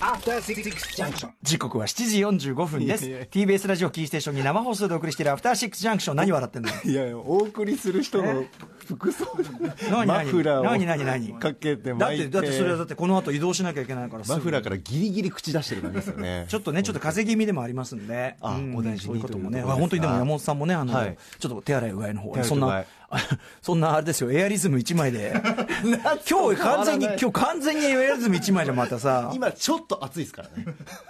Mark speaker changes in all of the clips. Speaker 1: After Six Junction.
Speaker 2: 時刻は7時45分です
Speaker 3: いやいや
Speaker 2: TBS ラジオキーステーションに生放送でお送りしている「アフターシックスジャンクション」何笑ってんの
Speaker 3: いやいやお送りする人の服装
Speaker 2: 何
Speaker 3: マフラーを
Speaker 2: 何何何
Speaker 3: かけて
Speaker 2: だっ
Speaker 3: 巻い
Speaker 2: て
Speaker 3: て
Speaker 2: だってそれはだってこの後移動しなきゃいけないからすぐ
Speaker 3: マフラーからギリギリ口出してる感じですよね
Speaker 2: ちょっとね、ちょっと風邪気味でもありますんで、
Speaker 3: あ
Speaker 2: うん
Speaker 3: お大事に
Speaker 2: そういうこともね、
Speaker 3: という
Speaker 2: わ
Speaker 3: ことですか
Speaker 2: 本当にでも山本さんもね、あの、
Speaker 3: はい
Speaker 2: ちょっと手洗いうがいの方はね
Speaker 3: 手
Speaker 2: そ
Speaker 3: 洗
Speaker 2: ん
Speaker 3: いう
Speaker 2: な
Speaker 3: がい、
Speaker 2: あそんなあれですよ、エアリズム1枚で、今日完全に、今日完全にエアリズム1枚じゃまたさ、
Speaker 3: 今ちょっと暑いですからね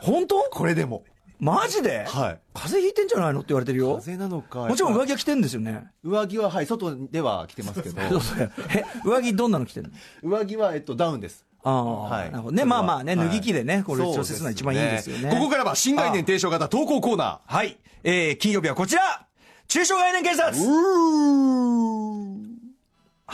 Speaker 2: 本当
Speaker 3: これでも
Speaker 2: マジで、
Speaker 3: はい
Speaker 2: 風邪ひいてんじゃないのって言われてるよ。
Speaker 3: 風邪なのか
Speaker 2: もちろん上着は着てんですよね。
Speaker 3: 上着ははい外では着てますけど
Speaker 2: そうそうえ、上着どんなの着てんの
Speaker 3: 上着はえっとダウンです
Speaker 2: ああ、なるほどね、まあまあね、脱ぎ着でね、これ調整するのは一番いいんですよね。
Speaker 3: ここからは新概念提唱型投稿コーナ
Speaker 2: はい。えー、金曜日はこちら中小概念警察は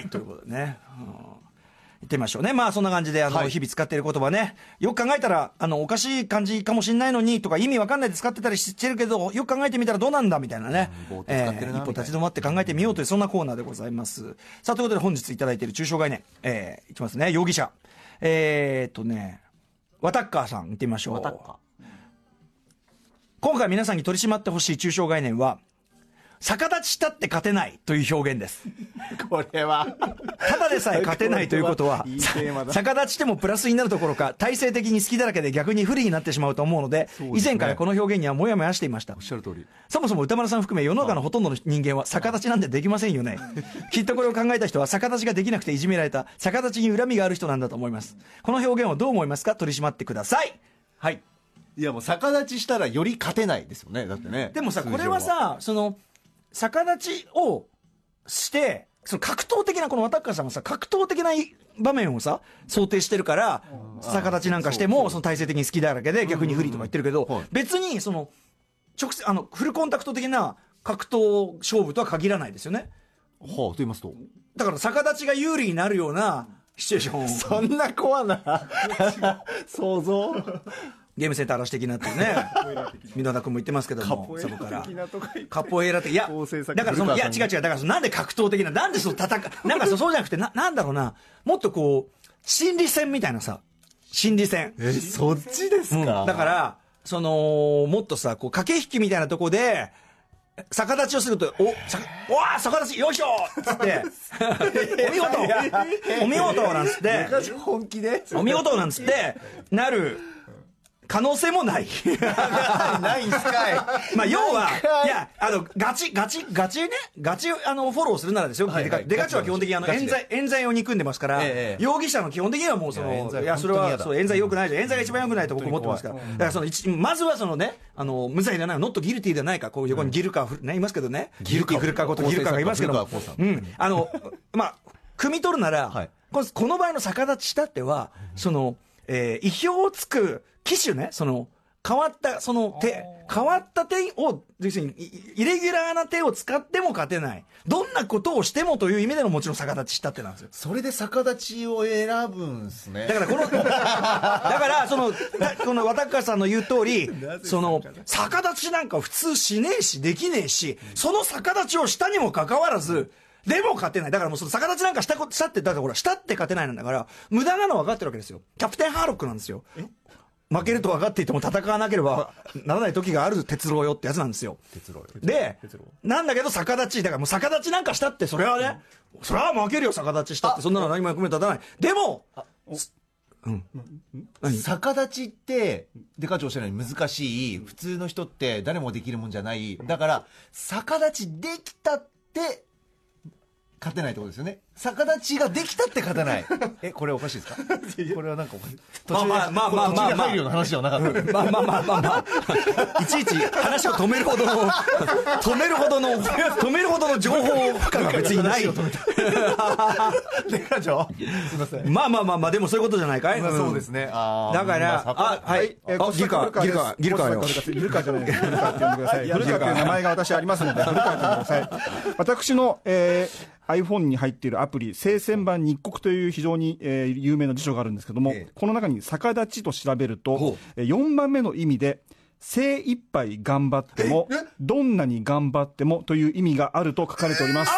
Speaker 2: い、ということでね。うん行ってみましょうね。まあそんな感じで、あの、
Speaker 3: はい
Speaker 2: 日々使っている言葉ね。よく考えたら、あの、おかしい感じかもしれないのにとか、意味わかんないで使ってたりしてるけど、よく考えてみたらどうなんだみたいなね。
Speaker 3: うん棒手使ってるな
Speaker 2: えー一歩
Speaker 3: みたいな
Speaker 2: 立ち止まって考えてみようという、そんなコーナーでございます。さあ、ということで本日いただいている抽象概念、えーいきますね。容疑者。えーっとね、ワタッカーさん、行ってみましょう。
Speaker 3: ー
Speaker 2: 今回皆さんに取り締まってほしい抽象概念は、逆立ちしたって勝てないという表現です。
Speaker 3: これは
Speaker 2: ただで さえ勝てないということは
Speaker 3: いいテーマ、だ
Speaker 2: 逆立ちしてもプラスになるどころか、体制的に好きだらけで逆に不利になってしまうと思うので、
Speaker 3: うで
Speaker 2: 以
Speaker 3: すね
Speaker 2: 前からこの表現にはもやもやしていました
Speaker 3: おっ。しゃる通り
Speaker 2: そもそも歌丸さん含め世の中のほとんどの人間は逆立ちなんてできませんよね。 きっとこれを考えた人は逆立ちができなくていじめられた、逆立ちに恨みがある人なんだと思います。この表現をどう思いますか取り締まってください。はい。
Speaker 3: いやもう逆立ちしたらより勝てないですよねだってね
Speaker 2: でもさ、
Speaker 3: 通
Speaker 2: こ
Speaker 3: 常
Speaker 2: れはさ、その、逆立ちをして、その格闘的な、このワタッカーさんはさ、格闘的な場面をさ、想定してるから、逆立ちなんかしても、その体制的に好きだらけで逆に不利とか言ってるけ
Speaker 3: うんは
Speaker 2: ど
Speaker 3: い、
Speaker 2: 別に、その、直接、あの、フルコンタクト的な格闘勝負とは限らないですよね。
Speaker 3: はあと言いますと
Speaker 2: だから逆立ちが有利になるようなシチュエーションを。
Speaker 3: そんな怖な 想像
Speaker 2: ゲームセンター嵐的なっていうね、箕田君も言ってますけども、そこから。カポエイラ的、いや
Speaker 3: 構成、作
Speaker 2: だからその、い
Speaker 3: 古
Speaker 2: や、
Speaker 3: 川
Speaker 2: 違
Speaker 3: さ
Speaker 2: う違う、だからそのなんで格闘的な、なんでその戦う、なんかそうそうじゃなくて、な、なんだろうな、もっとこう、心理戦みたいなさ、心理戦。
Speaker 3: えそっちです
Speaker 2: うんだから、その、もっとさ、こう、駆け引きみたいなとこで、逆立ちをすると、お、さおわー逆立ち、よいしょっつって、お見事お見事なんつって、
Speaker 3: 昔本気で
Speaker 2: お見事なんつって、なる可能性もない。
Speaker 3: ないんすかい
Speaker 2: まあ、要は
Speaker 3: なんか、
Speaker 2: いや、あの、ガチ、ガチ、ガチね、ガチ、あの、フォローするならですよ。
Speaker 3: はい
Speaker 2: デカ
Speaker 3: はい
Speaker 2: デカチは基本的に、あの、
Speaker 3: ガチ
Speaker 2: 冤
Speaker 3: で
Speaker 2: 罪、冤罪を憎んでますから、
Speaker 3: ええ
Speaker 2: 容疑者の基本的にはもう、そ
Speaker 3: いや冤
Speaker 2: の、
Speaker 3: 罪
Speaker 2: いや、それ
Speaker 3: 本当に嫌
Speaker 2: は、
Speaker 3: だ
Speaker 2: そう、冤罪良くないじゃん。冤罪が一番良くないと僕思ってますから。だから、その、一まずはそのね、あの、無罪ではない、ノットギルティではないか、こう、横にギルカーフル、ね、いますけどね。ギルカー、フルカーことギルカーがいますけど
Speaker 3: 古川光さん
Speaker 2: うん。あの、まあ、汲み取るなら、
Speaker 3: はい
Speaker 2: ここの場合の逆立ちしたっては、その、えー意表をつく機種ね、その、変わった、その手、変わった手を、要するに、イイレギュラーな手を使っても勝てない。どんなことをしてもという意味でのもちろん逆立ちしたってなんですよ。
Speaker 3: それで逆立ちを選ぶんすね
Speaker 2: だからこの、 だからその、だこの渡川さんの言う通り、その、逆立ちなんか普通しねえし、できねえし、その逆立ちをしたにもかかわらず、でも勝てない。だからもうその逆立ちなんかしたこしたって、だからほら、したって勝てないなんだから、無駄なの分かってるわけですよ。キャプテンハーロックなんですよ。負けると分かっていても戦わなければならない時がある鉄郎よってやつなんですよ。
Speaker 3: 結論
Speaker 2: で、なんだけど逆立ち、だからもう逆立ちなんかしたって、それはね、それは負けるよ、逆立ちしたって、そんなの何も役目立たない。でも、
Speaker 3: 逆立ちってで課長してない難しい普通の人って誰もできるもんじゃないだから逆立ちできたって勝てないってことですよね逆立ちができたって勝 てないえこれおかしいですかこれはなんかおかしい途中で
Speaker 2: まあまあまあまあまあ
Speaker 3: 途中で入るような話では なかった
Speaker 2: まあまあまあまあまあ。いちいち話を止めるほどの、止めるほどの、止めるほどの情報負荷が別にない。
Speaker 3: で課 長すいません
Speaker 2: まあまあまあまあ、でもそういうことじゃないかい、
Speaker 3: まあ
Speaker 2: ん
Speaker 3: そうですねあー
Speaker 2: だから、
Speaker 3: まあ
Speaker 2: あ、はい。
Speaker 4: えー
Speaker 2: あ、ギルカー、ギルカー、ギルカーよ。
Speaker 4: ギルカじゃないです。ギルカって呼んでください。ギルカっていう名前が私ありますので、ギルカって呼んでください。私の、えー iPhone に入っているアプリ、聖戦版日国という非常に、えー有名な辞書があるんですけども、
Speaker 3: ええ
Speaker 4: この中に逆立ちと調べる
Speaker 2: ほ
Speaker 4: と、えー4番目の意味で、精一杯頑張っても、どんなに頑張ってもという意味があると書かれております。
Speaker 2: あ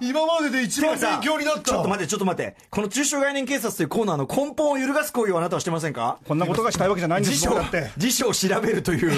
Speaker 3: 今までで一番
Speaker 2: てかさ
Speaker 3: 勉強になった
Speaker 2: ちょっと待って、ちょっと待って。この中小概念警察というコーナーの根本を揺るがす行為をあなたはしてませんか
Speaker 4: こんなことがしたいわけじゃないんで
Speaker 2: 辞
Speaker 4: す
Speaker 2: 書
Speaker 4: 僕だって。
Speaker 2: 辞書を調べると いう。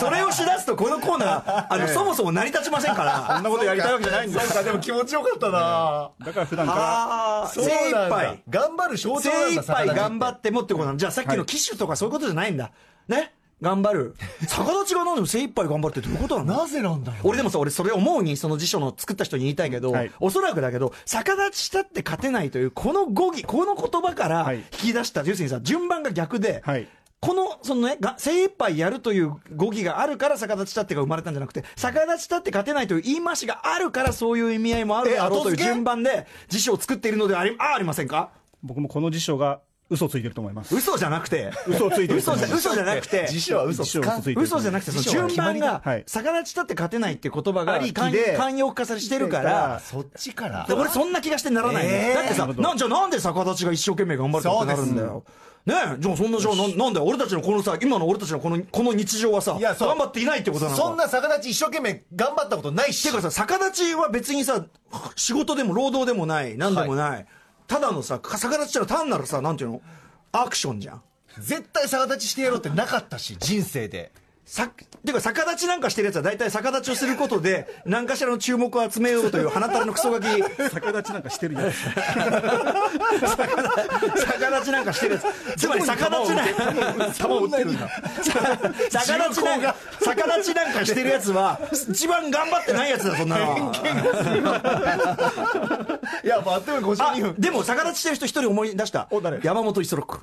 Speaker 2: それをしだすと、このコーナー、あの、そもそも成り立ちませんから。
Speaker 4: こんなことやりたいわけじゃないんです
Speaker 3: そうかでも気持ちよかったな
Speaker 4: だから普段か
Speaker 2: ああ、精
Speaker 3: そう
Speaker 2: 一
Speaker 3: なんだ
Speaker 2: 杯。
Speaker 3: 頑張る象徴
Speaker 2: 精
Speaker 3: なんだ
Speaker 2: 一杯頑張
Speaker 3: っ
Speaker 2: ってもってことなの。じゃあさっきの機種とかそういうことじゃないんだ。ね頑張る。逆立ちが何でも精一杯頑張るってどういうことなの
Speaker 3: なぜなんだろう
Speaker 2: 俺でもさ、俺それ思うに、その辞書の作った人に言いたいけど、
Speaker 4: はい
Speaker 2: おそらくだけど、逆立ちしたって勝てないという、この語義、この言葉から
Speaker 4: はい
Speaker 2: 引き出した、要するにさ、順番が逆で、
Speaker 4: はい
Speaker 2: この、そのね、が精一杯やるという語義があるから逆立ちたってが生まれたんじゃなくて、逆立ちたって勝てないという言い回しがあるから、そういう意味合いもあるだろうという
Speaker 3: え後付け
Speaker 2: 順番で辞書を作っているのではあり、あ、ありませんから
Speaker 4: 僕もこの辞書が嘘をついてると思います。
Speaker 2: 嘘じゃなくて、
Speaker 4: 嘘をついてる
Speaker 2: 嘘
Speaker 4: と思
Speaker 2: じ
Speaker 4: い
Speaker 2: ゃ
Speaker 4: ます。
Speaker 2: 嘘じゃなく て、
Speaker 3: 辞書は嘘つかん
Speaker 4: 辞書は嘘ついてる
Speaker 2: 嘘じゃなくて、その順番が
Speaker 4: はい、
Speaker 2: 逆立ちたって勝てないっていう言葉が
Speaker 4: あり
Speaker 2: 慣
Speaker 4: きで
Speaker 2: 慣用化されしてるから、
Speaker 3: そっちから
Speaker 2: で俺そんな気がしてならないね、
Speaker 3: えー
Speaker 2: だってさ
Speaker 4: なるほど
Speaker 2: なんじゃなんで逆立ちが一生懸命頑張るかってなるんだよねえじゃあそんなじゃあなんなんだよ俺たちのこのさ今の俺たちのこのこの日常はさ
Speaker 3: い
Speaker 2: 頑
Speaker 3: やそう
Speaker 2: 張っていないってことなのか
Speaker 3: そんな逆立ち一生懸命頑張ったことないして
Speaker 2: かさ逆立ちは別にさ仕事でも労働でもない何でもない、ただのさ逆立ちってのは単なるさなんていうのアクションじゃん
Speaker 3: 絶対逆立ちしてやろうってなかったし人生で
Speaker 2: さてか逆立ちなんかしてるやつは大体逆立ちをすることで何かしらの注目を集めようという鼻たれのクソガキ
Speaker 4: 逆立ちなんかしてるやつ。
Speaker 2: 逆立ちなんかしてるやつつまり逆立ちなんか
Speaker 4: 球を打ってるんだ。
Speaker 2: 逆立ちなんか逆立ちなんかしてるやつは一番頑張ってないやつだそんなの
Speaker 3: いやもうあっという間に
Speaker 2: あ
Speaker 3: 52分
Speaker 2: でも逆立ちしてる人一人思い出した
Speaker 4: お誰
Speaker 2: 山本五十六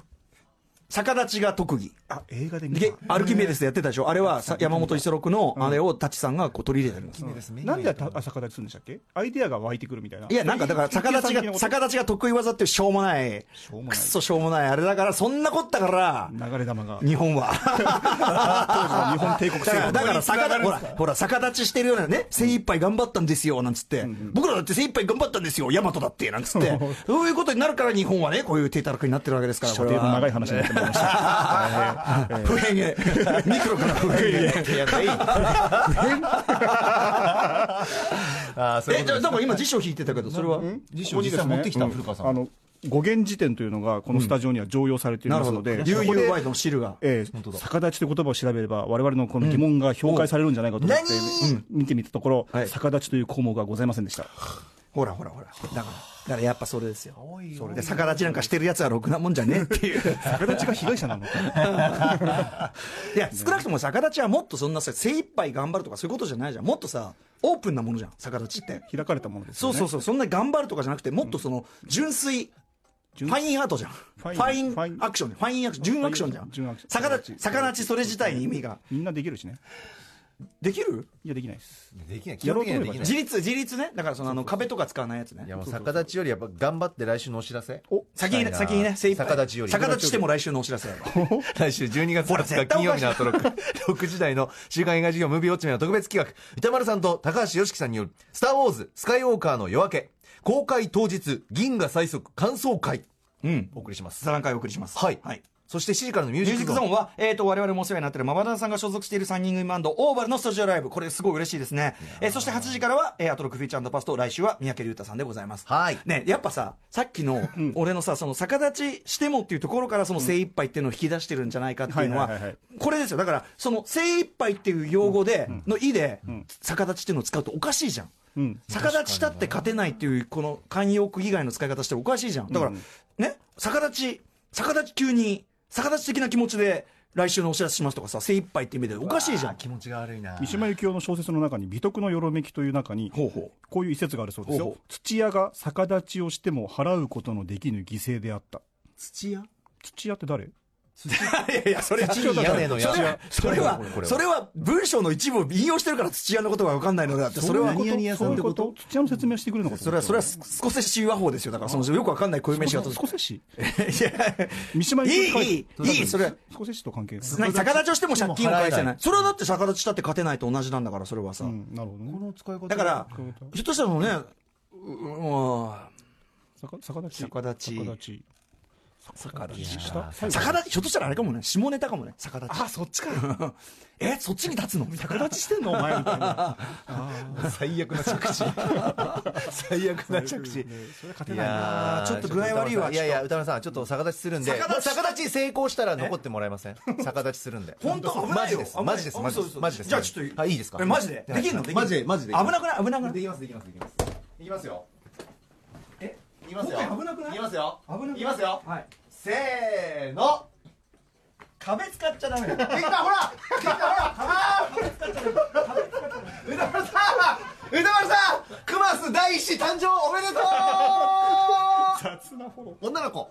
Speaker 2: 逆立ちが特技
Speaker 4: あ、映画で見
Speaker 2: で
Speaker 4: た。
Speaker 2: アルキメデスでやってたでしょあれはさ山本五十六のあれを舘さんがこう取り入れてるんです
Speaker 4: なんでた逆立ちするんでしたっけアイデアが湧いてくるみたいな。
Speaker 2: いや、なんかだから、逆立ちが、逆立ちが得意技っていうしょうもない、
Speaker 4: ょうもない
Speaker 2: くっそしょうもない、あれだから、そんなこったから、
Speaker 4: 流れ玉が。
Speaker 2: 日本は。
Speaker 4: 日本帝国
Speaker 2: だから、
Speaker 4: 政
Speaker 2: だから逆
Speaker 4: 府。
Speaker 2: 立ほら、ほら、逆立ちしてるようなね、精一杯頑張ったんですよ、なんつって、僕らだって精一杯頑張ったんですよ、ヤマトだって、なん つって、そういうことになるから日本はね、こういう手たらくになってるわけですから、こ
Speaker 4: ちょっと
Speaker 2: れは。
Speaker 4: 長い話になってまいりました。
Speaker 2: 不変へ。ミクロから不変へ。
Speaker 3: ああそう い
Speaker 2: え、
Speaker 3: う
Speaker 2: じ
Speaker 3: こ
Speaker 2: ゃあ
Speaker 3: と
Speaker 2: だから今辞書引いてたけど、それは。
Speaker 3: 辞書
Speaker 4: ここに
Speaker 3: 実
Speaker 4: です
Speaker 3: 際
Speaker 4: ね
Speaker 3: 持ってきた古川さ
Speaker 4: うんあ
Speaker 3: ん
Speaker 4: の語源辞典というのがこのスタジオには常用されてい
Speaker 2: な
Speaker 4: ま
Speaker 2: る
Speaker 4: す
Speaker 2: ほ
Speaker 4: の
Speaker 2: ど。
Speaker 4: で、
Speaker 2: UU ワイドの汁が。
Speaker 4: ええ逆立ちという言葉を調べれば、我々のこの疑問が評価されるんじゃないかと思って、うん見てみたところ、
Speaker 2: はい
Speaker 4: 逆立ちという項目がございませんでした。
Speaker 2: ほらほらほら。だから、だからやっぱそれですよ。それで逆立ちなんかしてるやつはろくなもんじゃねえっていう。
Speaker 4: 逆立ちが被害者なの か、
Speaker 2: いや、少なくとも逆立ちはもっとそんなさ、精一杯頑張るとかそういうことじゃないじゃん。もっとさ、オープンなものじゃん、逆立ちって。
Speaker 4: 開かれたものです
Speaker 2: そ
Speaker 4: よ
Speaker 2: う
Speaker 4: ね。
Speaker 2: そうそう、そんな頑張るとかじゃなくて、もっとその、純粋、フ
Speaker 4: 純
Speaker 2: ァインアートじゃん。フ
Speaker 4: ァイン
Speaker 2: ァイン
Speaker 4: ファイン
Speaker 2: アクションね。ファインアクション、純アクションじゃ
Speaker 4: 純ア
Speaker 2: ん
Speaker 4: クショ。ン
Speaker 2: 逆立ち、逆立ちそれ自体に意味が。
Speaker 4: みんなできるしね。
Speaker 2: できる
Speaker 4: いや、できないです。
Speaker 3: できない基
Speaker 4: やろ
Speaker 3: 本
Speaker 4: う
Speaker 3: 的に
Speaker 4: と思え
Speaker 3: はで
Speaker 4: ば
Speaker 3: きない
Speaker 2: 自立、自立ね。だからその、あの、壁とか使わないやつね
Speaker 3: い。やもう逆立ちよりやっぱ頑張って来週のお知らせ
Speaker 4: お
Speaker 2: 先に
Speaker 3: した
Speaker 2: ね、
Speaker 3: いな
Speaker 2: 先にね、精一杯
Speaker 3: 逆立ちより
Speaker 2: 逆立ちしても来週のお知らせ。
Speaker 3: 来週12月
Speaker 2: ほら
Speaker 3: 20
Speaker 2: 絶対
Speaker 3: 日金
Speaker 2: お
Speaker 3: 曜
Speaker 2: かしい
Speaker 3: 日のアトロック 6時台の週刊映画事業ムービーウォッチメンの特別企画歌丸さんと高橋良樹さんによる「スター・ウォーズスカイウォーカーの夜明け」公開当日銀河最速感想会
Speaker 2: うん。
Speaker 3: お送りします
Speaker 2: 座談会をお送りします。
Speaker 3: はい、
Speaker 2: はい。
Speaker 3: そして7時からのミュー
Speaker 2: ミ
Speaker 3: ジ
Speaker 2: ュー
Speaker 3: ッ
Speaker 2: ジ
Speaker 3: ク
Speaker 2: ック
Speaker 3: ゾ
Speaker 2: ゾー
Speaker 3: ーン
Speaker 2: ンは、えっ、と、我々もお世話になっているマバダンさんが所属している3人組バンド、オーバルのスタジオライブ。これすごい嬉しいですね。えーそして8時からは、えーアトロックフィーチャーパスト、来週は三宅龍太さんでございます。
Speaker 3: はい
Speaker 2: ね、やっぱさ、さっきの、俺のさ、その逆立ちしてもっていうところから、その精一杯っていうのを引き出してるんじゃないかっていうの
Speaker 4: はいはいはいは、
Speaker 2: はいこれですよ。だから、その精一杯っていう用語で、の意で、逆立ちっていうのを使うとおかしいじゃん。
Speaker 4: うん。
Speaker 2: 逆立ちしたって勝てないっていう、この慣用句以外の使い方しておかしいじゃん。だから、ね、逆立ち、逆立ち急に、逆立ち的な気持ちで、来週のお知らせしますとかさ、精一杯って意味でおかしいじゃ
Speaker 3: あ
Speaker 2: ん
Speaker 3: ー。気持ちが悪いな
Speaker 4: 三島由紀夫の小説の中に、美徳のよろめきという中に、
Speaker 2: ほうほう。
Speaker 4: こういう一節があるそうです
Speaker 2: ほう
Speaker 4: よ
Speaker 2: ほ。
Speaker 4: 土屋が逆立ちをしても払うことのできぬ犠牲であった。
Speaker 3: 土屋
Speaker 4: 土屋って誰
Speaker 2: いやいや、それ、
Speaker 3: 土屋屋根の屋
Speaker 2: それは、それは
Speaker 3: これこ、れ
Speaker 2: それは文章の一部を引用してるから土屋のことがわかんないのであって、それは
Speaker 4: そう
Speaker 3: 何
Speaker 4: いう
Speaker 3: 々屋
Speaker 4: こ
Speaker 3: さ
Speaker 4: と
Speaker 3: んっ
Speaker 4: そうい
Speaker 3: て
Speaker 4: う
Speaker 3: こ
Speaker 4: ことと土屋の説明してくるのかと
Speaker 2: それは、それはススコセッシ和法ですよ。だから、その、よくわかんない固有名詞が
Speaker 4: スコセッシ
Speaker 2: いや、
Speaker 4: 三島由紀夫
Speaker 2: いいいいいいそれは
Speaker 4: スコセッシと関係ない。
Speaker 2: 何逆立ちをしても借金を返せない。それはだって逆立ちしたって勝てないと同じなんだから、それはさ。
Speaker 4: うん、なるほど
Speaker 3: こ
Speaker 4: ね。
Speaker 3: の使い方
Speaker 2: だから
Speaker 4: こういうこ、
Speaker 2: ひょっとしたらもうね、ううん
Speaker 4: 逆逆立ち。
Speaker 2: 逆立ち
Speaker 4: 逆立ち。
Speaker 2: 逆立ちした逆立ちひょっとしたらあれかもね下ネタかもね逆立ち
Speaker 4: あそっちか
Speaker 2: えそっちに立つ の
Speaker 4: 逆立ちしてんの お前みたいな
Speaker 3: 最悪な着地最悪な 着地
Speaker 4: それ勝て
Speaker 3: い
Speaker 4: ないな
Speaker 3: やー
Speaker 2: ちょっと具合悪いわ
Speaker 3: いやいや歌丸さんちょっと逆立ちするんで
Speaker 2: 逆
Speaker 3: 逆
Speaker 2: 立
Speaker 3: 立
Speaker 2: ち
Speaker 3: ち
Speaker 2: した
Speaker 3: 成功したら残ってもらえません逆立ちするんで
Speaker 2: 本当危ないよ
Speaker 3: マジです
Speaker 2: 危ない
Speaker 3: マジです
Speaker 2: あ
Speaker 3: マジ
Speaker 2: 嘘
Speaker 3: です
Speaker 2: 嘘
Speaker 3: マジです
Speaker 2: じゃあちょっと
Speaker 3: あいいですか
Speaker 2: えマジで
Speaker 3: はい
Speaker 2: できんのできんの
Speaker 3: マジでマジで
Speaker 2: 危なくない危なくない
Speaker 3: できますできますできますできますよ
Speaker 2: え
Speaker 3: いきますよ
Speaker 2: 今回危なくない
Speaker 3: いきますよ
Speaker 2: 危なくない
Speaker 3: いきますよ
Speaker 2: はい
Speaker 3: せーの
Speaker 2: 壁使っちゃダメだよ
Speaker 3: できたほらできたほらあー 宇多丸さん宇多丸さんクマス第一子誕生 おめでとう
Speaker 4: 雑なフォロー
Speaker 3: 女の子